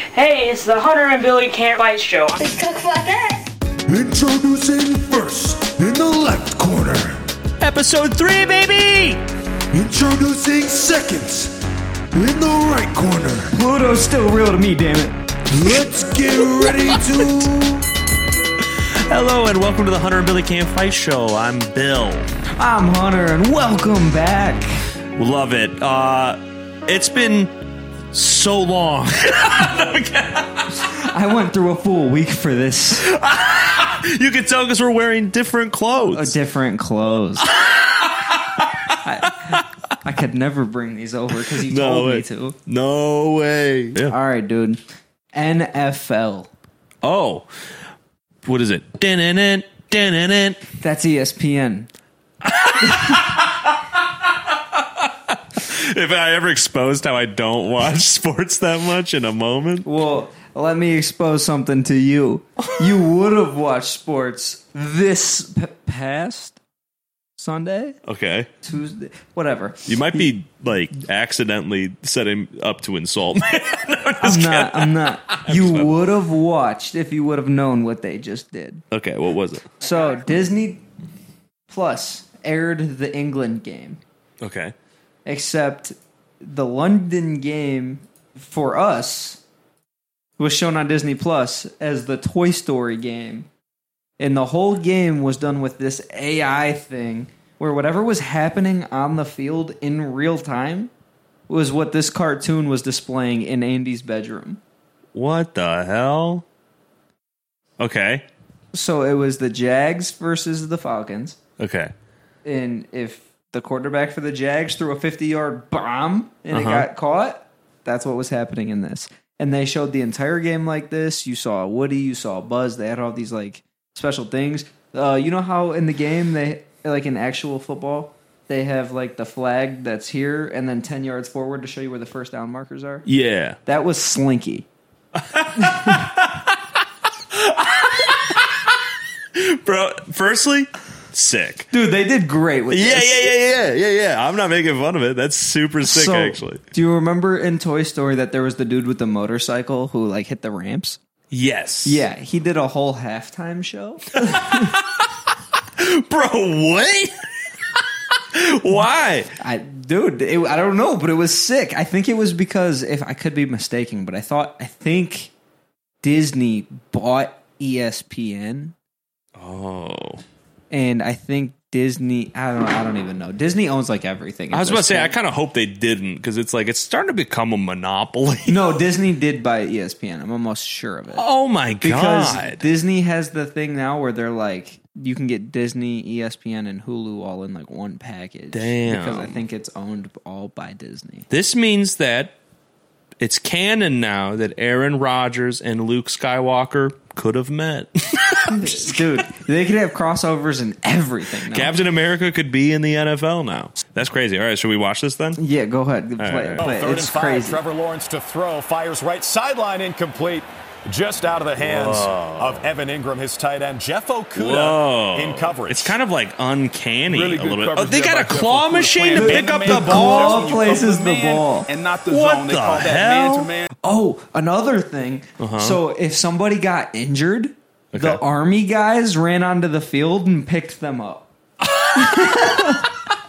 Hey, it's the Hunter and Billy Can't Fight Show. Let's talk about that. Introducing first in the left corner. Episode 3, baby! Introducing seconds in the right corner. Pluto's still real to me, damn it. Let's get ready to. Hello and welcome to the Hunter and Billy Can't Fight Show. I'm Bill. I'm Hunter, and welcome back. Love it. Uh, it's been so long. I went through a full week for this. you can tell because we're wearing different A clothes. different clothes. I, I could never bring these over because you told me way. to. No way. Yeah. All right, dude. NFL. Oh, what is it? Dun-dun-dun, dun-dun-dun. That's E ESPN. If I ever exposed how I don't watch sports that much in a moment, Well, let me expose something to you. You would have watched sports this p- past Sunday, okay, Tuesday, whatever. you might be like accidentally setting up to insult me. I'm not. I'm not. You would have watched if you would have known what they just did. okay, what was it? So Disney Plus aired the England game, Okay, except the London game for us was shown on Disney Plus as the Toy Story game, and the whole game was done with this AI thing where whatever was happening on the field in real time was what this cartoon was displaying in Andy's bedroom. what the hell? Okay, So it was the Jags versus the Falcons. okay. And if the quarterback for the Jags threw a 50 yard bomb and it Uh-huh. got caught, that's what was happening in this. And they showed the entire game like this. You saw Woody, you saw Buzz. They had all these like special things. Uh, you know how in the game, they like in actual football, they have like the flag that's here and then 10 yards forward to show you where the first down markers are? Yeah. That was Slinky. Bro, firstly, sick. Dude, they did great with Yeah, this. yeah, yeah, yeah, yeah, yeah. I'm not making fun of it. That's super sick, So, actually. Do you remember in Toy Story that there was the dude with the motorcycle who like hit the ramps? Yes. Yeah, he did a whole halftime show. Bro, what? Why? I, dude, it, I don't know, but it was sick. I think it was because if I could be mistaken, but I thought I think Disney bought E ESPN, Oh. and I think Disney. I don't. I don't even know. Disney owns like everything. I was at about to this say, I point. kind of hope they didn't because it's like, it's starting to become a monopoly. No, Disney did buy E ESPN. I'm almost sure of it. Oh my because God. Disney has the thing now where they're like you can get Disney, E ESPN, and Hulu all in like one package. Damn. Because I think it's owned all by Disney. this means that it's canon now that Aaron Rodgers and Luke Skywalker could have met. Dude, they could have crossovers and everything. Now. Captain America could be in the NFL now. That's crazy. All right, should we watch this then? yeah, go ahead. Play, right, all right. play. Oh, Third It's and five. crazy. Trevor Lawrence to throw. Fires right sideline incomplete. Just out of the hands of Evan Ingram, his tight end. Jeff Okuda Whoa. in coverage. It's kind of like uncanny Really a good little bit. Oh, coverage they there got by a Jeff claw Okuda. machine to Playing pick up man the to ball. man. Claw places the Man ball. And not the What zone. They the call that hell? man to man. Oh, another thing. So if somebody got injured, the Uh-huh. Okay. army guys ran onto the field and picked them up.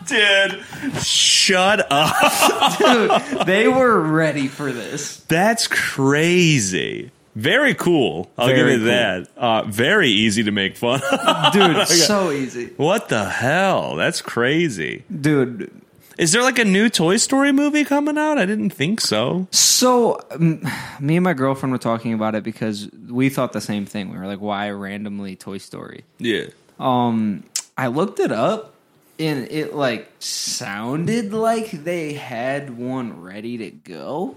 Dude, shut up. Dude, they were ready for this. That's crazy. Very cool. I'll give Very you cool. that. Uh, very easy to make fun of. Dude, so easy. what the hell? That's crazy. Dude, Is there like a new Toy Story movie coming out? I didn't think so. So, um, me and my girlfriend were talking about it because we thought the same thing. We were like, why randomly Toy Story? Yeah. Um, I looked it up and it like sounded like they had one ready to go.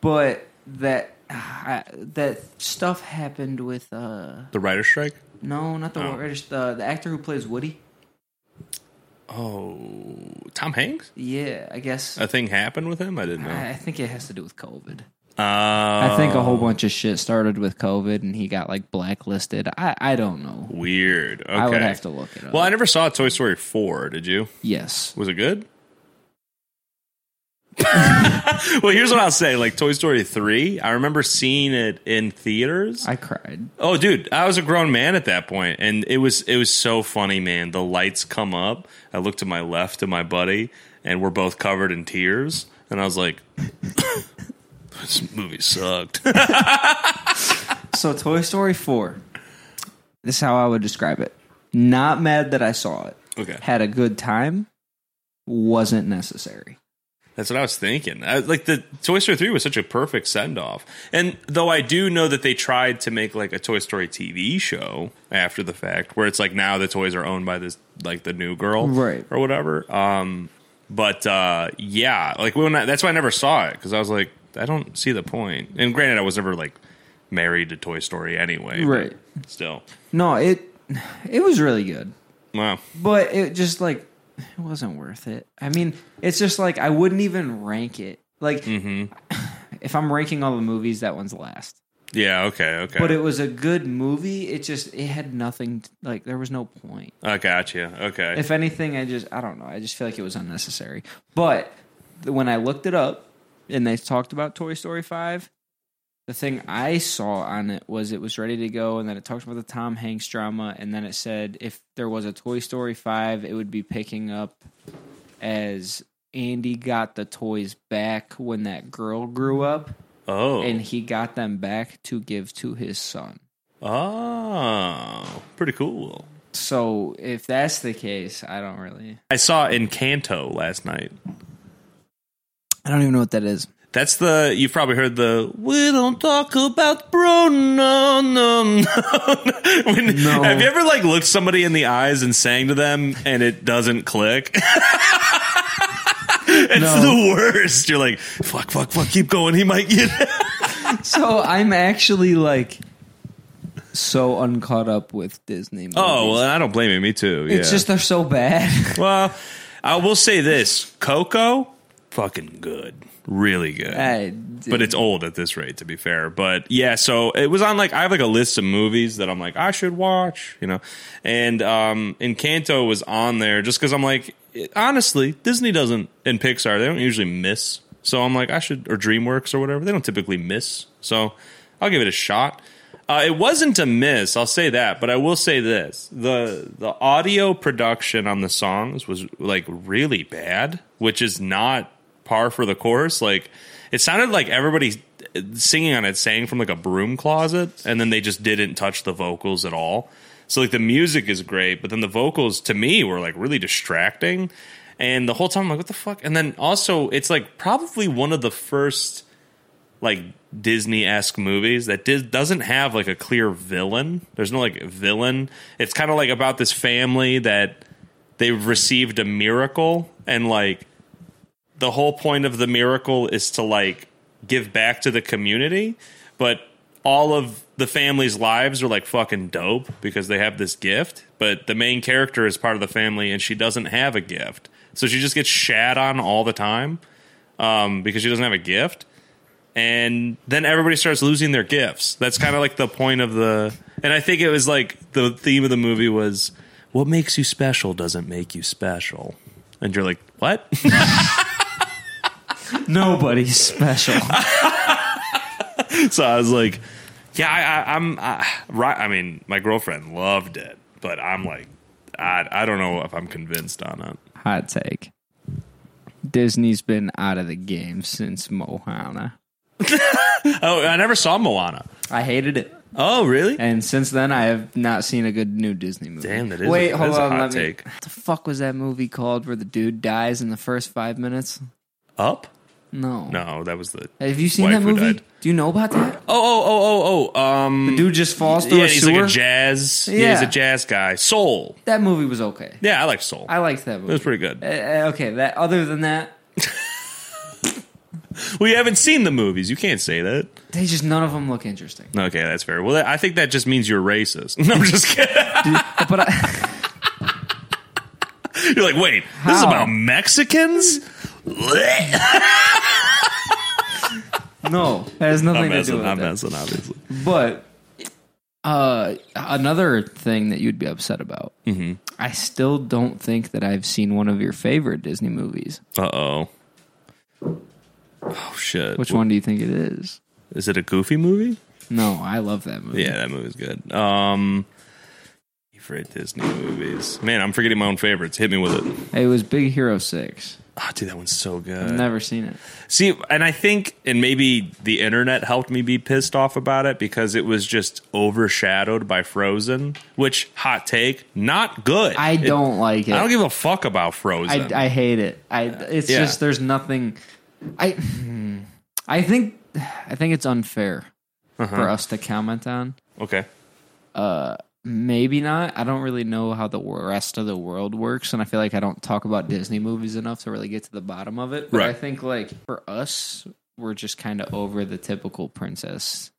But that I, that stuff happened with uh The writer strike? no, not the writers, the the actor who plays Woody. Oh, Tom Hanks? Yeah, I guess A thing happened with him? I didn't know. I, I think it has to do with COVID. Uh, I think a whole bunch of shit started with COVID and he got like blacklisted. I, I don't know. Weird. Okay. I would have to look it up. Well, I never saw Toy Story 4, did you? yes. Was it good? Well, here's what I'll say. Like Toy Story 3, I remember seeing it in theaters. I cried. Oh, dude, I was a grown man at that point, and it was it was so funny, man. The lights come up. I look to my left to my buddy, and we're both covered in tears. And I was like, "This movie sucked." So Toy Story 4. This is how I would describe it. Not mad that I saw it. okay, Had a good time. Wasn't necessary. that's what I was thinking. I, like the Toy Story three was such a perfect send off, and though I do know that they tried to make like a Toy Story TV show after the fact, where it's like now the toys are owned by this like the new girl, Right. or whatever. Um, but uh, yeah, like when I, that's why I never saw it because I was like, I don't see the point. And granted, I was never like married to Toy Story anyway, but Right. Still, No, it it was really good. wow. But it just like it wasn't worth it. I mean, it's just like I wouldn't even rank it. Like Mm-hmm. if I'm ranking all the movies, that one's last. Yeah. Okay. Okay. But it was a good movie. It just it had nothing t- like there was no point. I got you. Okay. If anything, I just I don't know. I just feel like it was unnecessary. But th- when I looked it up and they talked about Toy Story five, the thing I saw on it was it was ready to go, and then it talked about the Tom Hanks drama, and then it said if there was a Toy Story five, it would be picking up as Andy got the toys back when that girl grew up, oh. and he got them back to give to his son. oh. Pretty cool. So if that's the case, I don't really. I saw Encanto last night. I don't even know what that is. That's the you've probably heard the we don't talk about Bruno. No, no. When- No. Have you ever like looked somebody in the eyes and sang to them and it doesn't click? it's the worst. You're like fuck, fuck, fuck. Keep going. He might get. So I'm actually like so uncaught up with Disney. Movies. oh well, I don't blame you. Me too. it's yeah. just they're so bad. well. I will say this: Coco, fucking good, really good. I- but it's old at this rate to be fair but yeah so it was on like i have like a list of movies that i'm like i should watch you know and um encanto was on there just because i'm like it- honestly disney doesn't and pixar they don't usually miss so i'm like i should or dreamworks or whatever they don't typically miss so i'll give it a shot uh, it wasn't a miss i'll say that but i will say this the the audio production on the songs was like really bad which is not par for the course. Like it sounded like everybody singing on it sang from like a broom closet, and then they just didn't touch the vocals at all. So like the music is great, but then the vocals to me were like really distracting. And the whole time I'm like, what the fuck? And then also it's like probably one of the first like Disney esque movies that dis- doesn't have like a clear villain. There's no like villain. It's kind of like about this family that they've received a miracle and like the whole point of the miracle is to like give back to the community, but all of the family's lives are like fucking dope because they have this gift. But the main character is part of the family and she doesn't have a gift. So she just gets shat on all the time um, because she doesn't have a gift. And then everybody starts losing their gifts. That's kind of like the point of the. And I think it was like the theme of the movie was what makes you special doesn't make you special. And you're like, what? nobody's special. so I was like, yeah, I, I, I'm I, right. I mean, my girlfriend loved it, but I'm like, I, I don't know if I'm convinced on it. Hot take. Disney's been out of the game since Moana. Oh, I never saw Moana. I hated it, Oh, really? and since then I have not seen a good new Disney movie. Damn, that is Wait, a, hold that is on. A hot let take. me. What the fuck was that movie called where the dude dies in the first five minutes? Up? No. No, that was the. Have you seen Wife that Who movie? Died. Do you know about that? Oh, oh, oh, oh, oh. Um, Dude just falls through yeah, a he's sewer. like a jazz. Yeah. he's a Yeah. jazz guy. Soul. that movie was okay. Yeah, I like Soul. I liked that movie. it was pretty good. Uh, okay, that other than that, We haven't seen the movies. You can't say that. they just none of them look interesting. Okay, that's fair. Well, I think that just means you're racist. No, I'm just kidding. But I, You're like, wait, this is How? about Mexicans? no, that has nothing I'm to do messing, with I'm it. messing, obviously. But uh, another thing that you'd be upset about, mm-hmm. I still don't think that I've seen one of your favorite Disney movies, Uh oh. Oh shit! Which one do you think it is? is it? A Goofy movie? No, I love that movie. Yeah, that movie's good. Um, favorite Disney movies. Man, I'm forgetting my own favorites. Hit me with it. It was Big Hero 6. Ah, dude, that one's so good. I've never seen it. See, and I think, and maybe the internet helped me be pissed off about it because it was just overshadowed by Frozen, which, hot take, not good. I It- don't like it. I don't give a fuck about Frozen. I, I hate it. I it's Yeah. just there's nothing. I hmm, I think I think it's unfair Uh-huh. for us to comment on. Uh, okay. Maybe not. I don't really know how the wor- rest of the world works, and I feel like I don't talk about Disney movies enough to really get to the bottom of it. But I Right. think like for us, we're just kind of over the typical princess.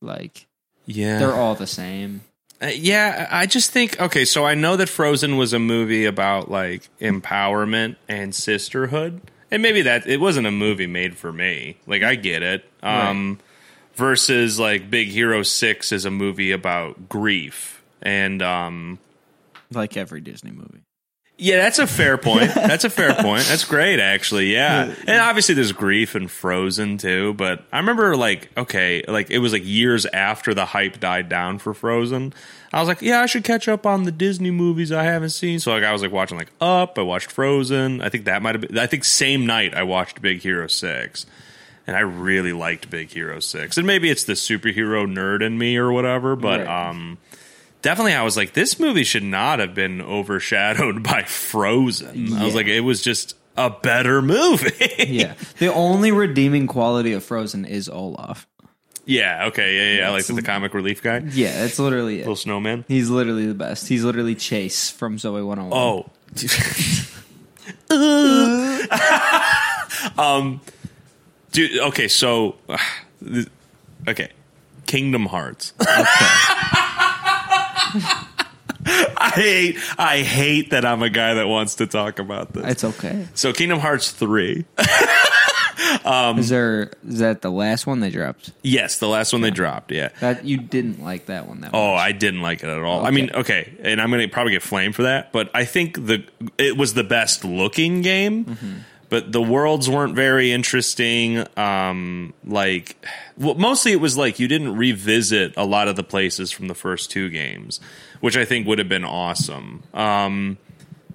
Like Yeah. they're all the same. Uh, yeah, I I just think okay, so I know that Frozen was a movie about like empowerment and sisterhood. And maybe that it wasn't a movie made for me. Like I get it. Um versus like Big Hero 6 is a movie about grief and um Like every Disney movie. yeah, that's a fair point. That's a fair point. That's great, actually. Yeah, and obviously there's grief and Frozen too. But I remember, like, okay, like it was like years after the hype died down for Frozen. I was like, yeah, I should catch up on the Disney movies I haven't seen. So like, I was like watching like Up. I watched Frozen. I think that might have been. I think same night I watched Big Hero Six, and I really liked Big Hero Six. And maybe it's the superhero nerd in me or whatever. But Right. um definitely I was like, this movie should not have been overshadowed by Frozen. I was Yeah. like, it was just a better movie. Yeah. the only redeeming quality of Frozen is Olaf. yeah, okay, yeah, yeah. I like the comic relief guy. Yeah, that's literally it. Little snowman. He's literally the best. He's literally Chase from Zoe 101. Oh. um dude, okay, so th- okay. Kingdom Hearts. I hate I hate that I'm a guy that wants to talk about this. It's okay. so Kingdom Hearts 3 Um, is there is that the last one they dropped? Yes, the last one they dropped. Yeah. That you didn't like that one that Oh, I didn't like it at all. I mean, okay, and I'm gonna probably get flamed for that, but I think the it was the best looking game. But the worlds weren't very interesting. Um, like, well, mostly it was like you didn't revisit a lot of the places from the first two games, which I think would have been awesome. Um,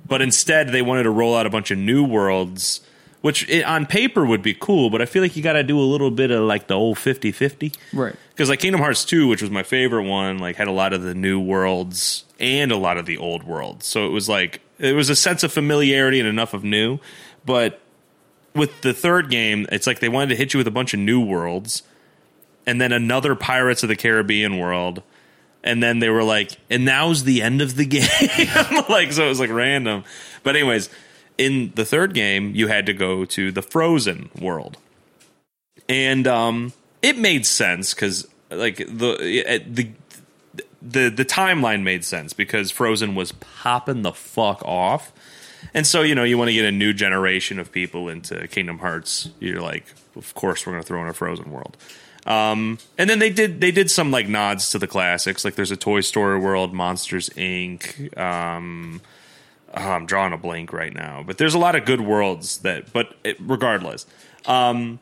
but instead, they wanted to roll out a bunch of new worlds, which it, on paper would be cool, but I feel like you got to do a little bit of like the old 50 50 Right. because like Kingdom Hearts 2, which was my favorite one, like had a lot of the new worlds and a lot of the old worlds. So it was like it was a sense of familiarity and enough of new. But with the third game, it's like they wanted to hit you with a bunch of new worlds and then another Pirates of the Caribbean world. And then they were like, and now's the end of the game. like, so it was like random. But, anyways, in the third game, you had to go to the frozen world and um, it made sense because like the it- the the the timeline made sense because Frozen was popping the fuck off, and so you know you want to get a new generation of people into Kingdom Hearts. You're like, of course we're gonna throw in a Frozen world. Um, and then they did they did some like nods to the classics, like there's a Toy Story world, Monsters Inc. Um, oh, I'm drawing a blank right now, but there's a lot of good worlds that. But it, regardless, um,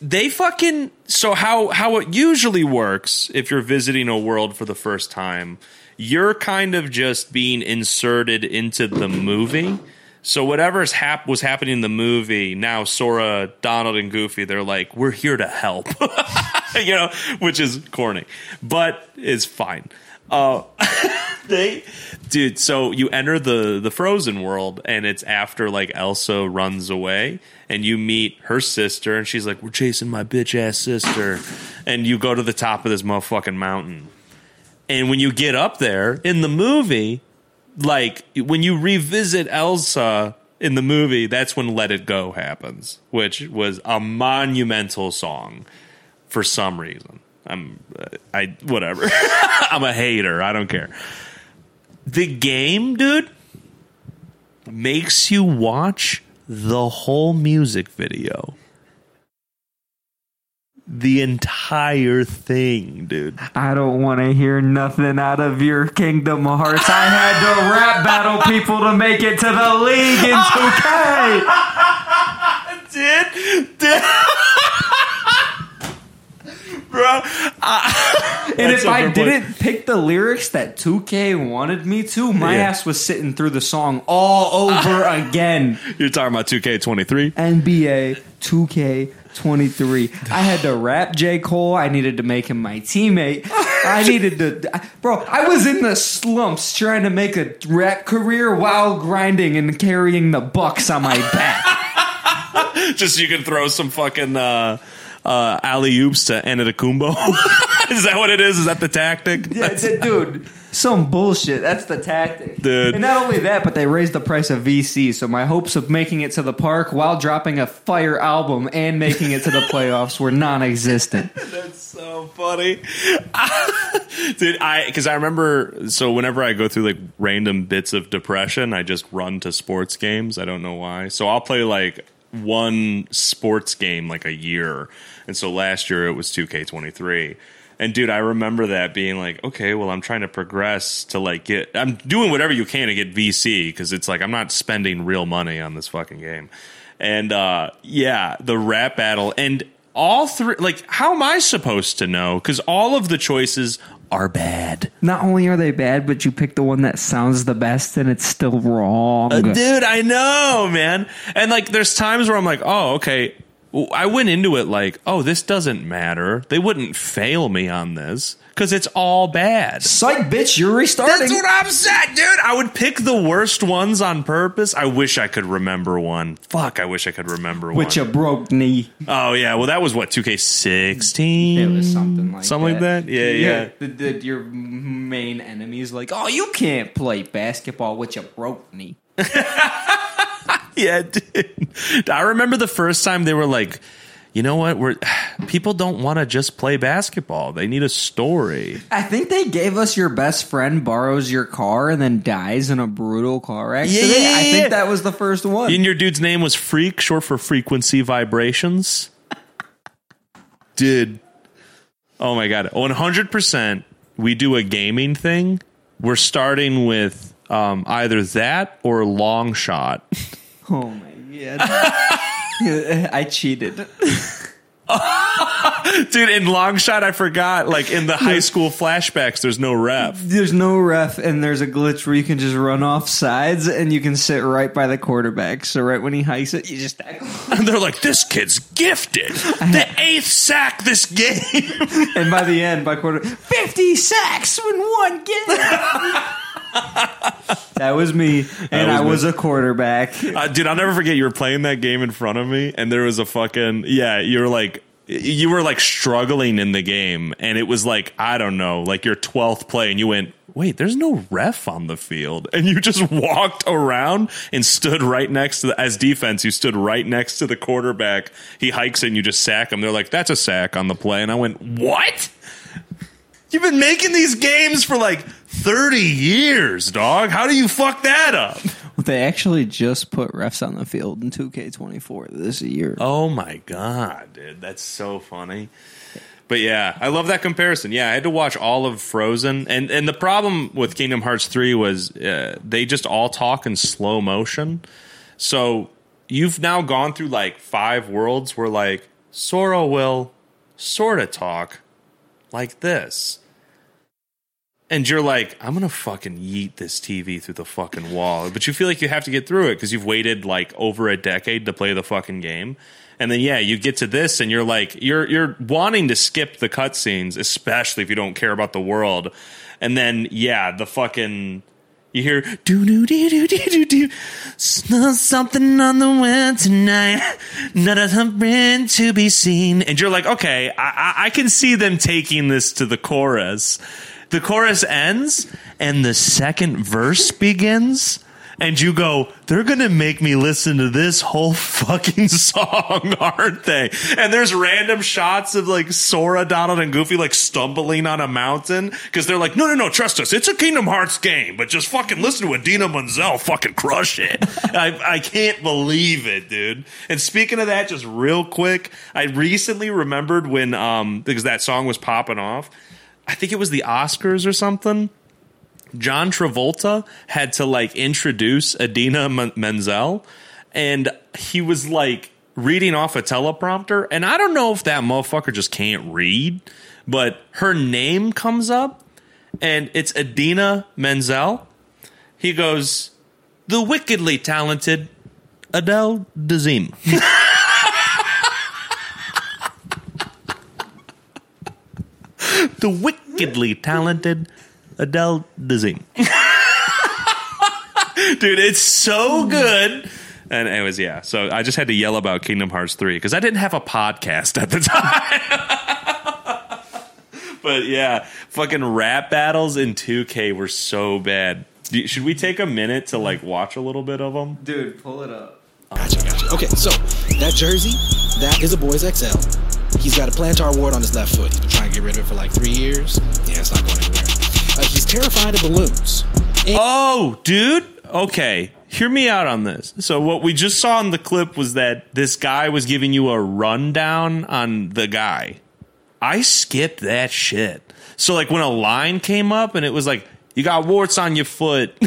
they fucking so how how it usually works if you're visiting a world for the first time you're kind of just being inserted into the movie so whatever's hap- was happening in the movie now sora donald and goofy they're like we're here to help you know which is corny but it's fine uh, they dude so you enter the the frozen world and it's after like elsa runs away and you meet her sister and she's like we're chasing my bitch ass sister and you go to the top of this motherfucking mountain and when you get up there in the movie like when you revisit elsa in the movie that's when let it go happens which was a monumental song for some reason i'm uh, i whatever i'm a hater i don't care the game, dude, makes you watch the whole music video. The entire thing, dude. I don't want to hear nothing out of your Kingdom Hearts. I had to rap battle people to make it to the league in did, 2K. did. Bro, And That's if a I fair point. didn't pick the lyrics that 2K wanted me to, my Yeah. ass was sitting through the song all over again. you're talking about 2K23. NBA 2K23. I had to rap J. Cole. I needed to make him my teammate. I needed to. I- Bro, I was in the slumps trying to make a rap career while grinding and carrying the bucks on my back. Just so you can throw some fucking uh, uh, alley oops to Anadakumbo. is that what it is? Is that the tactic? Yeah, I said, dude. Some bullshit. That's the tactic. Dude. And not only that, but they raised the price of VC, so my hopes of making it to the park while dropping a fire album and making it to the playoffs were non existent. so funny, dude. I because I remember. So whenever I go through like random bits of depression, I just run to sports games. I don't know why. So I'll play like one sports game like a year, and so last year it was two K twenty three. And dude, I remember that being like, okay, well, I'm trying to progress to like get. I'm doing whatever you can to get VC because it's like I'm not spending real money on this fucking game. And uh yeah, the rap battle and all three like how am I supposed to know? Because all of the choices are bad. Not only are they bad, but you pick the one that sounds the best and it's still wrong. Dude, I know, man. And like there's times where I'm like, oh, okay. W- I went into it like, oh, this doesn't matter. They wouldn't fail me on this because it's all bad. Psych, bitch, you're restarting. That's what I'm saying, dude. I would pick the worst ones on purpose. I wish I could remember one. Fuck, I wish I could remember With your one. broke knee. oh yeah, well that was what 2K16. something like that. Yeah, yeah. The, the, your main enemy is like, oh, you can't play basketball with your broke knee. Yeah, dude. I remember the first time they were like, you know what? We're people don't want to just play basketball. They need a story. I think they gave us your best friend borrows your car and then dies in a brutal car accident. yeah, yeah, I yeah. think that was the first one. And your dude's name was Freak, short for frequency vibrations. Dude. Oh my god. 100% we do a gaming thing. We're starting with um, either that or long shot. oh my god. I cheated. Dude, in long shot I forgot like in the high school flashbacks there's no ref. There's no ref, and there's a glitch where you can just run off sides and you can sit right by the quarterback. So right when he hikes it, you just tackle. And they're like, this kid's gifted. The eighth sack this game. and by the end, by quarter, fifty sacks in one game. that was me, and was I me. was a quarterback. uh, dude, I'll never forget you were playing that game in front of me, and there was a fucking, yeah, you were like, you were like struggling in the game, and it was like, I don't know, like your 12th play, and you went, wait, there's no ref on the field. And you just walked around and stood right next to the, as defense, you stood right next to the quarterback. He hikes and you just sack him. They're like, that's a sack on the play. And I went, what? You've been making these games for like 30 years, dog. How do you fuck that up? They actually just put refs on the field in 2K24 this year. Oh my god, dude, that's so funny. But yeah, I love that comparison. Yeah, I had to watch all of Frozen, and and the problem with Kingdom Hearts three was uh, they just all talk in slow motion. So you've now gone through like five worlds where like Sora will sort of talk like this. And you're like, I'm gonna fucking yeet this TV through the fucking wall. But you feel like you have to get through it because you've waited like over a decade to play the fucking game. And then yeah, you get to this and you're like, you're you're wanting to skip the cutscenes, especially if you don't care about the world. And then yeah, the fucking you hear do do do do do do do smell something on the wind tonight, not a thumbprint to be seen. And you're like, okay, I, I, I can see them taking this to the chorus. The chorus ends, and the second verse begins. And you go, they're gonna make me listen to this whole fucking song, aren't they? And there's random shots of like Sora, Donald, and Goofy like stumbling on a mountain because they're like, no, no, no, trust us, it's a Kingdom Hearts game, but just fucking listen to Adina Menzel fucking crush it. I, I can't believe it, dude. And speaking of that, just real quick, I recently remembered when um because that song was popping off. I think it was the Oscars or something. John Travolta had to like introduce Adina Men- Menzel, and he was like, reading off a teleprompter, and I don't know if that motherfucker just can't read, but her name comes up, and it's Adina Menzel. He goes, the wickedly talented Adele Dazeem. the wickedly talented Adele Dazeem. Dude, it's so good. And anyways, yeah. So I just had to yell about Kingdom Hearts 3 because I didn't have a podcast at the time. but yeah, fucking rap battles in 2K were so bad. Do- Should we take a minute to like watch a little bit of them? Dude, pull it up. Gotcha, gotcha. Okay, so that jersey, that is a boy's XL. He's got a plantar wart on his left foot. He's been trying to get rid of it for like three years. Yeah, it's not going anywhere. Uh, he's terrified of balloons. And Oh, dude. Okay. Hear me out on this. So, what we just saw in the clip was that this guy was giving you a rundown on the guy. I skipped that shit. So, like, when a line came up and it was like, you got warts on your foot.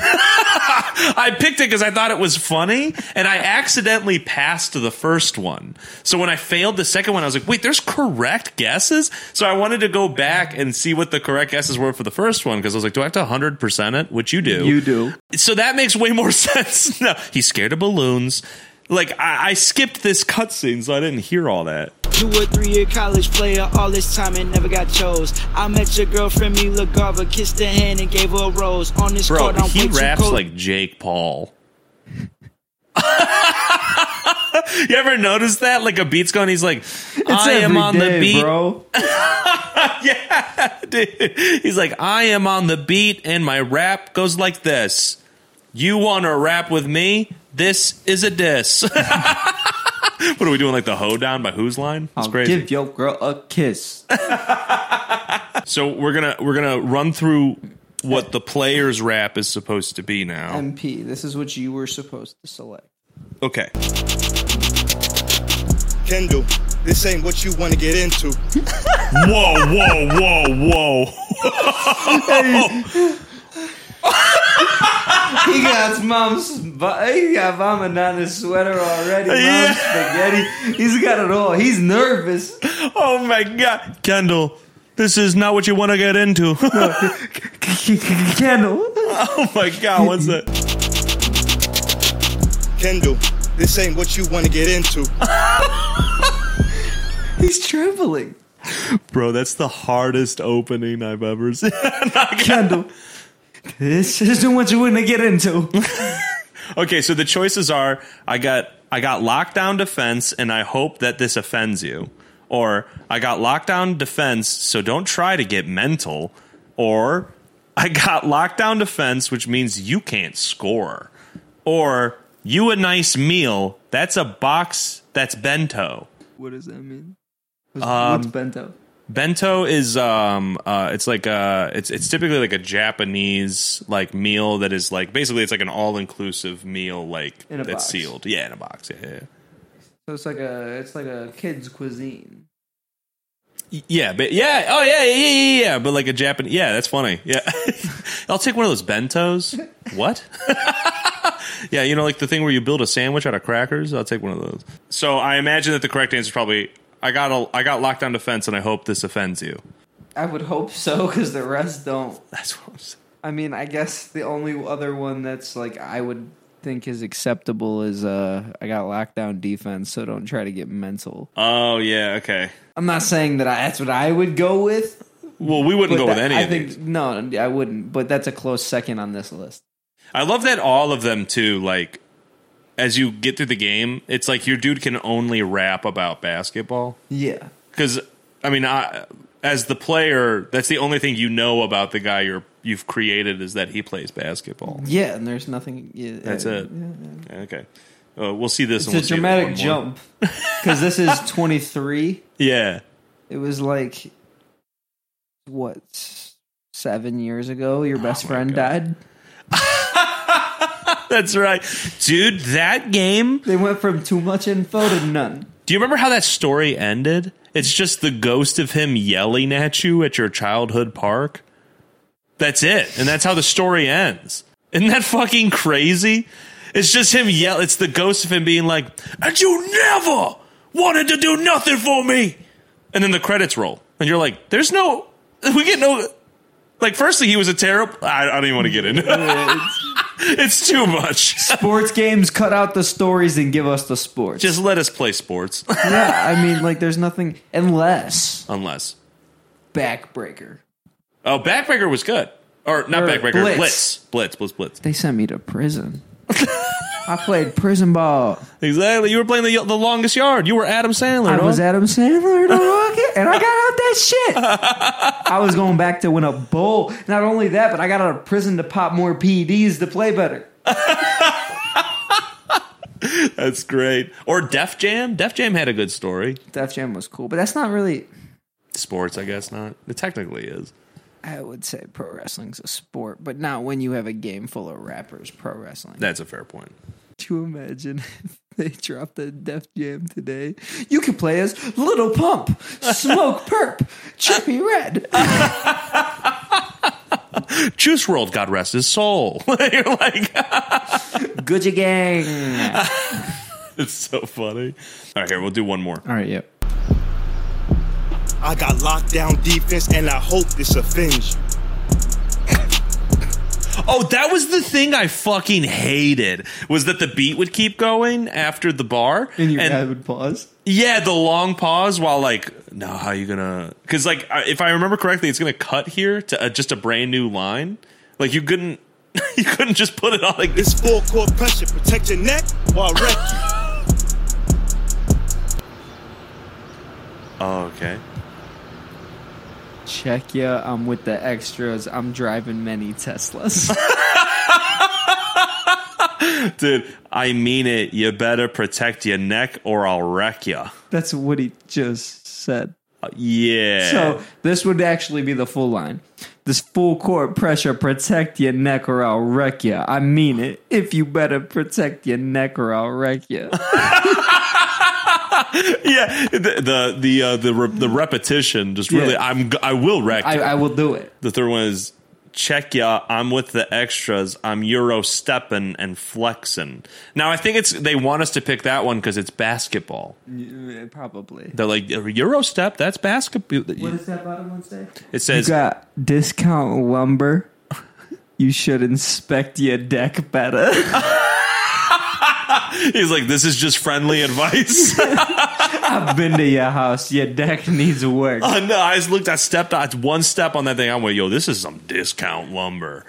I picked it because I thought it was funny, and I accidentally passed to the first one. So when I failed the second one, I was like, wait, there's correct guesses? So I wanted to go back and see what the correct guesses were for the first one because I was like, do I have to 100% it? Which you do. You do. So that makes way more sense. no, he's scared of balloons. Like, I, I skipped this cutscene, so I didn't hear all that. You a three-year college player all this time and never got chose. I met your girlfriend Mila Garba, kissed her hand and gave her a rose. On this Bro, court, I'm he way too raps cold. like Jake Paul. you ever notice that? Like a beat's going, he's like, I am every on the day, beat. bro. yeah, dude. He's like, I am on the beat, and my rap goes like this. You want to rap with me? This is a diss. what are we doing? Like the hoedown by Who's Line? It's I'll crazy. Oh, give your girl a kiss. so we're gonna we're gonna run through what the player's rap is supposed to be now. MP, this is what you were supposed to select. Okay. Kendall, this ain't what you want to get into. Whoa! Whoa! Whoa! Whoa! He got mom's, vi- he got vomit down his sweater already. Mom's Yeah. spaghetti. He's got it all. He's nervous. Oh my God, Kendall, this is not what you want to get into. oh Kendall. my God, what's that? Kendall, this ain't what you want to get into. He's trembling. Bro, that's the hardest opening I've ever seen. Kendall. This isn't what you want to get into. Okay, so the choices are I got I got lockdown defense and I hope that this offends you. Or I got lockdown defense, so don't try to get mental. Or I got lockdown defense, which means you can't score. Or you a nice meal, that's a box that's bento. What does that mean? What's, what's bento? Bento is um uh it's like uh it's it's typically like a Japanese like meal that is like basically it's like an all inclusive meal like In a that's box. sealed. Yeah, in a box. Yeah, yeah. So it's like a it's like a kids cuisine. Yeah, Yeah, but yeah, oh yeah, yeah, yeah, yeah, yeah. But like a Japanese yeah, that's funny. Yeah. I'll take one of those bentos. What? yeah, you know, like the thing where you build a sandwich out of crackers. I'll take one of those. So I imagine that the correct answer is probably I got a I got locked on defense and I hope this offends you. I would hope so because the rest don't. That's what I'm saying. I mean, I guess the only other one that's like I would think is acceptable is uh I got lockdown defense, so don't try to get mental. Oh yeah, okay. I'm not saying that I, that's what I would go with. Well, we But wouldn't go with that- any I of think these. no, I wouldn't. But that's a close second on this list. I love that all of them too. Like as you get through the game, it's like your dude can only rap about basketball. Yeah, Because I mean, I, as the player, that's the only thing you know about the guy you're you've created is that he plays basketball. yeah, and there's nothing. Yeah, That's uh, it. Okay, uh, we'll see this. It's and we'll a see the one dramatic more. jump because this is 23. Yeah, It was like what seven years ago. Oh Your best friend died. that's right, dude. That game. They went from too much info to none. Do you remember how that story ended? It's just the ghost of him yelling at you at your childhood park. That's it. And that's how the story ends. Isn't that fucking crazy? It's just him yell. It's the ghost of him being like, "And you never wanted to do nothing for me." And then the credits roll, and you're like, "There's no, we get no." Like, firstly, he was a terrible. I, I don't even want to get into. it. it's too much. Sports games cut out the stories and give us the sports. Just let us play sports, yeah, I mean, like there's nothing unless unless. backbreaker. Oh, Backbreaker was good, or not Or Backbreaker. Blitz. Blitz, Blitz, Blitz, Blitz. They sent me to prison. I played prison ball. Exactly. You were playing the the longest yard. You were Adam Sandler. I no? was Adam Sandler in a rocket, and I got out that shit. I was going back to win a bowl. Not only that, but I got out of prison to pop more PEDs to play better. That's great. Or Def Jam. Def Jam had a good story. Def Jam was cool, but that's not really. Sports, I guess not. It technically is. I would say pro wrestling's a sport, but not when you have a game full of rappers. Pro wrestling. That's a fair point. Could you imagine if they dropped a Def Jam today? You could play as Little Pump, Smoke Perp, Chippy Red. Juice World, God rest his soul. You're like, oh Gucci Gang. it's so funny. All right, here we'll do one more. All right, yep. I got lockdown defense, and I hope this offends you. Oh, that was the thing I fucking hated was that the beat would keep going after the bar, And your dad would pause. Yeah, the long pause while like, no, how you gonna? Because like, I- if I remember correctly, it's gonna cut here to uh, just a brand new line. Like you couldn't, you couldn't just put it on like this. This full court pressure, protect your neck or I'll wreck you. Oh, okay. Check ya. I'm with the extras. I'm driving many Teslas. Dude, I mean it. You better protect your neck or I'll wreck you. That's what he just said. yeah. So this would actually be the full line. This full court pressure, protect your neck or I'll wreck ya. I mean it. If you better protect your neck or I'll wreck ya. yeah, the the the uh, the, re- the repetition just really. Yeah. I'm g- I will wreck. I, you. I will do it. the third one is check ya. I'm with the extras. I'm euro stepping and flexing. Now I think it's they want us to pick that one because it's basketball. Yeah, Probably. They're like euro step. That's basketball. that bottom one say? It You says got discount lumber. You should inspect your deck better. he's like this is just friendly advice. I've been to your house. Your deck needs work. Uh, no, I just looked. I stepped out one step on that thing. I'm like, yo, this is some discount lumber.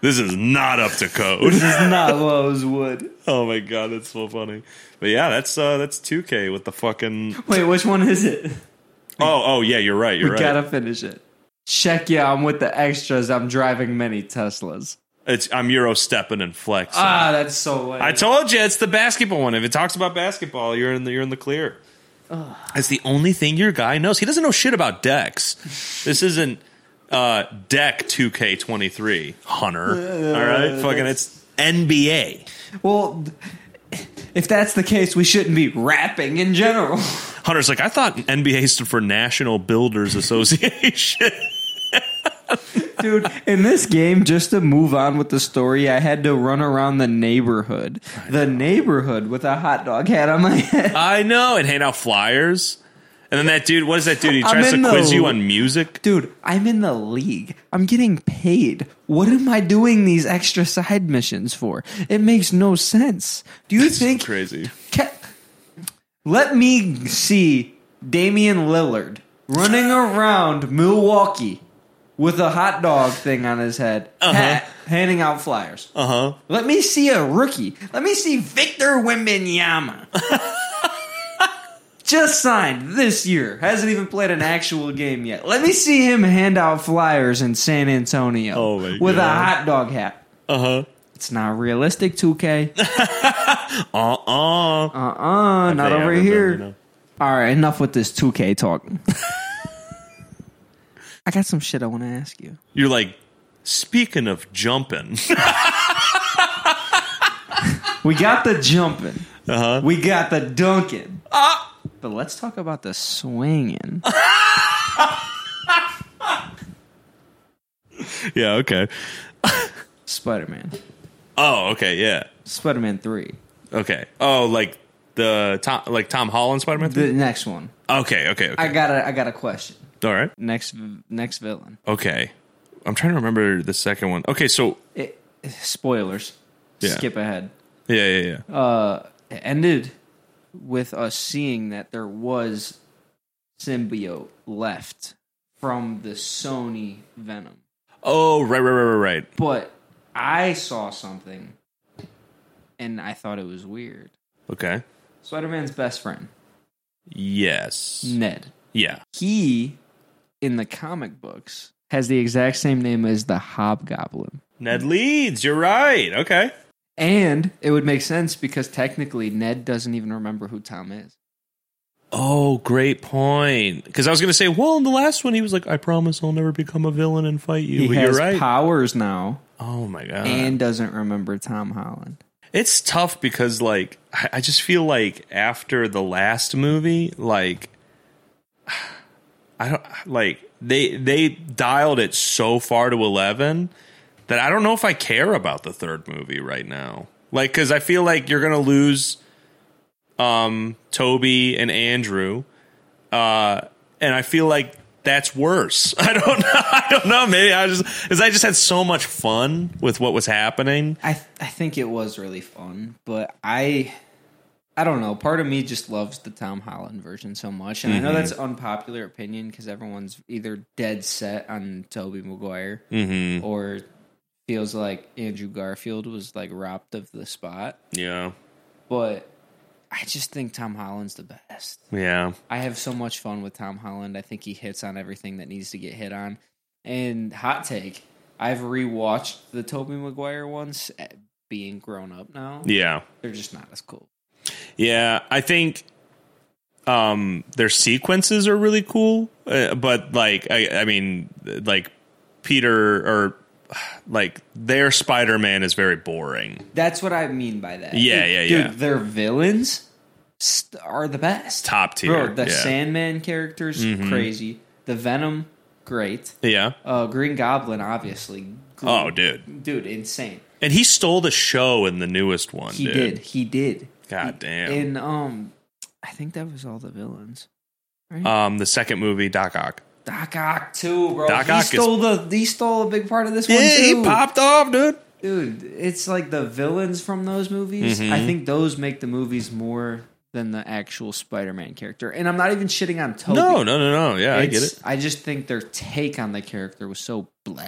This is not up to code. This is not Lowe's wood. oh my god, that's so funny. But yeah, that's uh, that's 2K with the fucking. Wait, which one is it? Oh, oh yeah, you're right. You're We right. gotta finish it. Check yeah, I'm with the extras. I'm driving many Teslas. It's I'm euro stepping and flexing. Ah, that's so lame. I told you it's the basketball one. If it talks about basketball, you're in the you're in the clear. It's the only thing your guy knows. He doesn't know shit about decks. This isn't uh, deck 2K23, Hunter. All right, fucking it's NBA. well, if that's the case, we shouldn't be rapping in general. Hunter's like, I thought NBA stood for National Builders Association. Dude, in this game, just to move on with the story, I had to run around the neighborhood. The neighborhood with a hot dog hat on my head. I know, and hand out flyers. And then that dude, what is that dude? He I'm tries to in the- quiz you on music. Dude, I'm in the league. I'm getting paid. What am I doing these extra side missions for? It makes no sense. Do you think Crazy. Ca- Let me see Damian Lillard running around Milwaukee with a hot dog thing on his head, Uh-huh. hat, handing out flyers. Uh huh. Let me see a rookie. Let me see Victor Wembanyama. Just signed this year. Hasn't even played an actual game yet. Let me see him hand out flyers in San Antonio Oh my with a God. Uh-huh. hot dog hat. Uh huh. It's not realistic, 2K. Uh uh Uh, not over here. All right, enough with this 2K talk. I got some shit I want to ask you. You're like, speaking of jumping. We got the jumping. Uh-huh. We got the dunking. Ah! But let's talk about the swinging. yeah, okay. Spider Man. Oh, okay, yeah, Spider Man 3. okay. Oh, like the Tom, like Tom Holland Spider Man. The next one. Okay, okay, okay. I got a, I got a question. All right. Next next villain. Okay, I'm trying to remember the second one. Okay, so It, spoilers. Yeah. Skip ahead. Uh, yeah, yeah, yeah. It ended with us seeing that there was symbiote left from the Sony Venom. oh, right, right, right, right, right. But I saw something and I thought it was weird. Okay. Spider Man's best friend, Yes. Ned. Yeah. He, in the comic books, has the exact same name as the Hobgoblin. Ned Leeds. You're right. Okay. And it would make sense because technically Ned doesn't even remember who Tom is. Oh, great point. Because I was going to say, well, in the last one, he was like, I promise I'll never become a villain and fight you. He but has you're right. powers now oh, my God. and doesn't remember Tom Holland. it's tough because, like, I I just feel like after the last movie, like, I don't, like, they, they dialed it so far to 11 that I don't know if I care about the third movie right now. Like, because I feel like you're going to lose um, Toby and Andrew. Uh, and I feel like that's worse. I don't know. I don't know. Maybe I just, because I just had so much fun with what was happening. I th- I think it was really fun, but I I don't know. Part of me just loves the Tom Holland version so much, and I know that's unpopular opinion because everyone's either dead set on Toby Maguire or feels like Andrew Garfield was like robbed of the spot. Yeah. But I just think Tom Holland's the best. Yeah. I have so much fun with Tom Holland. I think he hits on everything that needs to get hit on. And hot take, I've rewatched the Toby Maguire ones eh, being grown up now. Yeah. They're just not as cool. Yeah. I think um their sequences are really cool uh, but like I, I mean like peter or like their spider-man is very boring That's what I mean by that. Yeah, Dude- yeah, dude, yeah. their villains st- are the best. Top tier, Bro, the yeah. Mm-hmm. Sandman characters, crazy. The Venom, great. yeah Uh, Green Goblin, obviously. Gr- oh dude Dude, insane. and he stole the show in the newest one He dude. did. He did. god damn And um, I think that was all the villains. um, the second movie, Doc Ock. Doc Ock too, bro. Doc he Ock is- stole the he stole a big part of this one too. off, dude. Dude, it's like the villains from those movies. I Mm-hmm. think those make the movies more than the actual Spider-Man character. And I'm not even shitting on Toby. No, no, no, no. Yeah, I get It's- it. I just think their take on the character was so blah.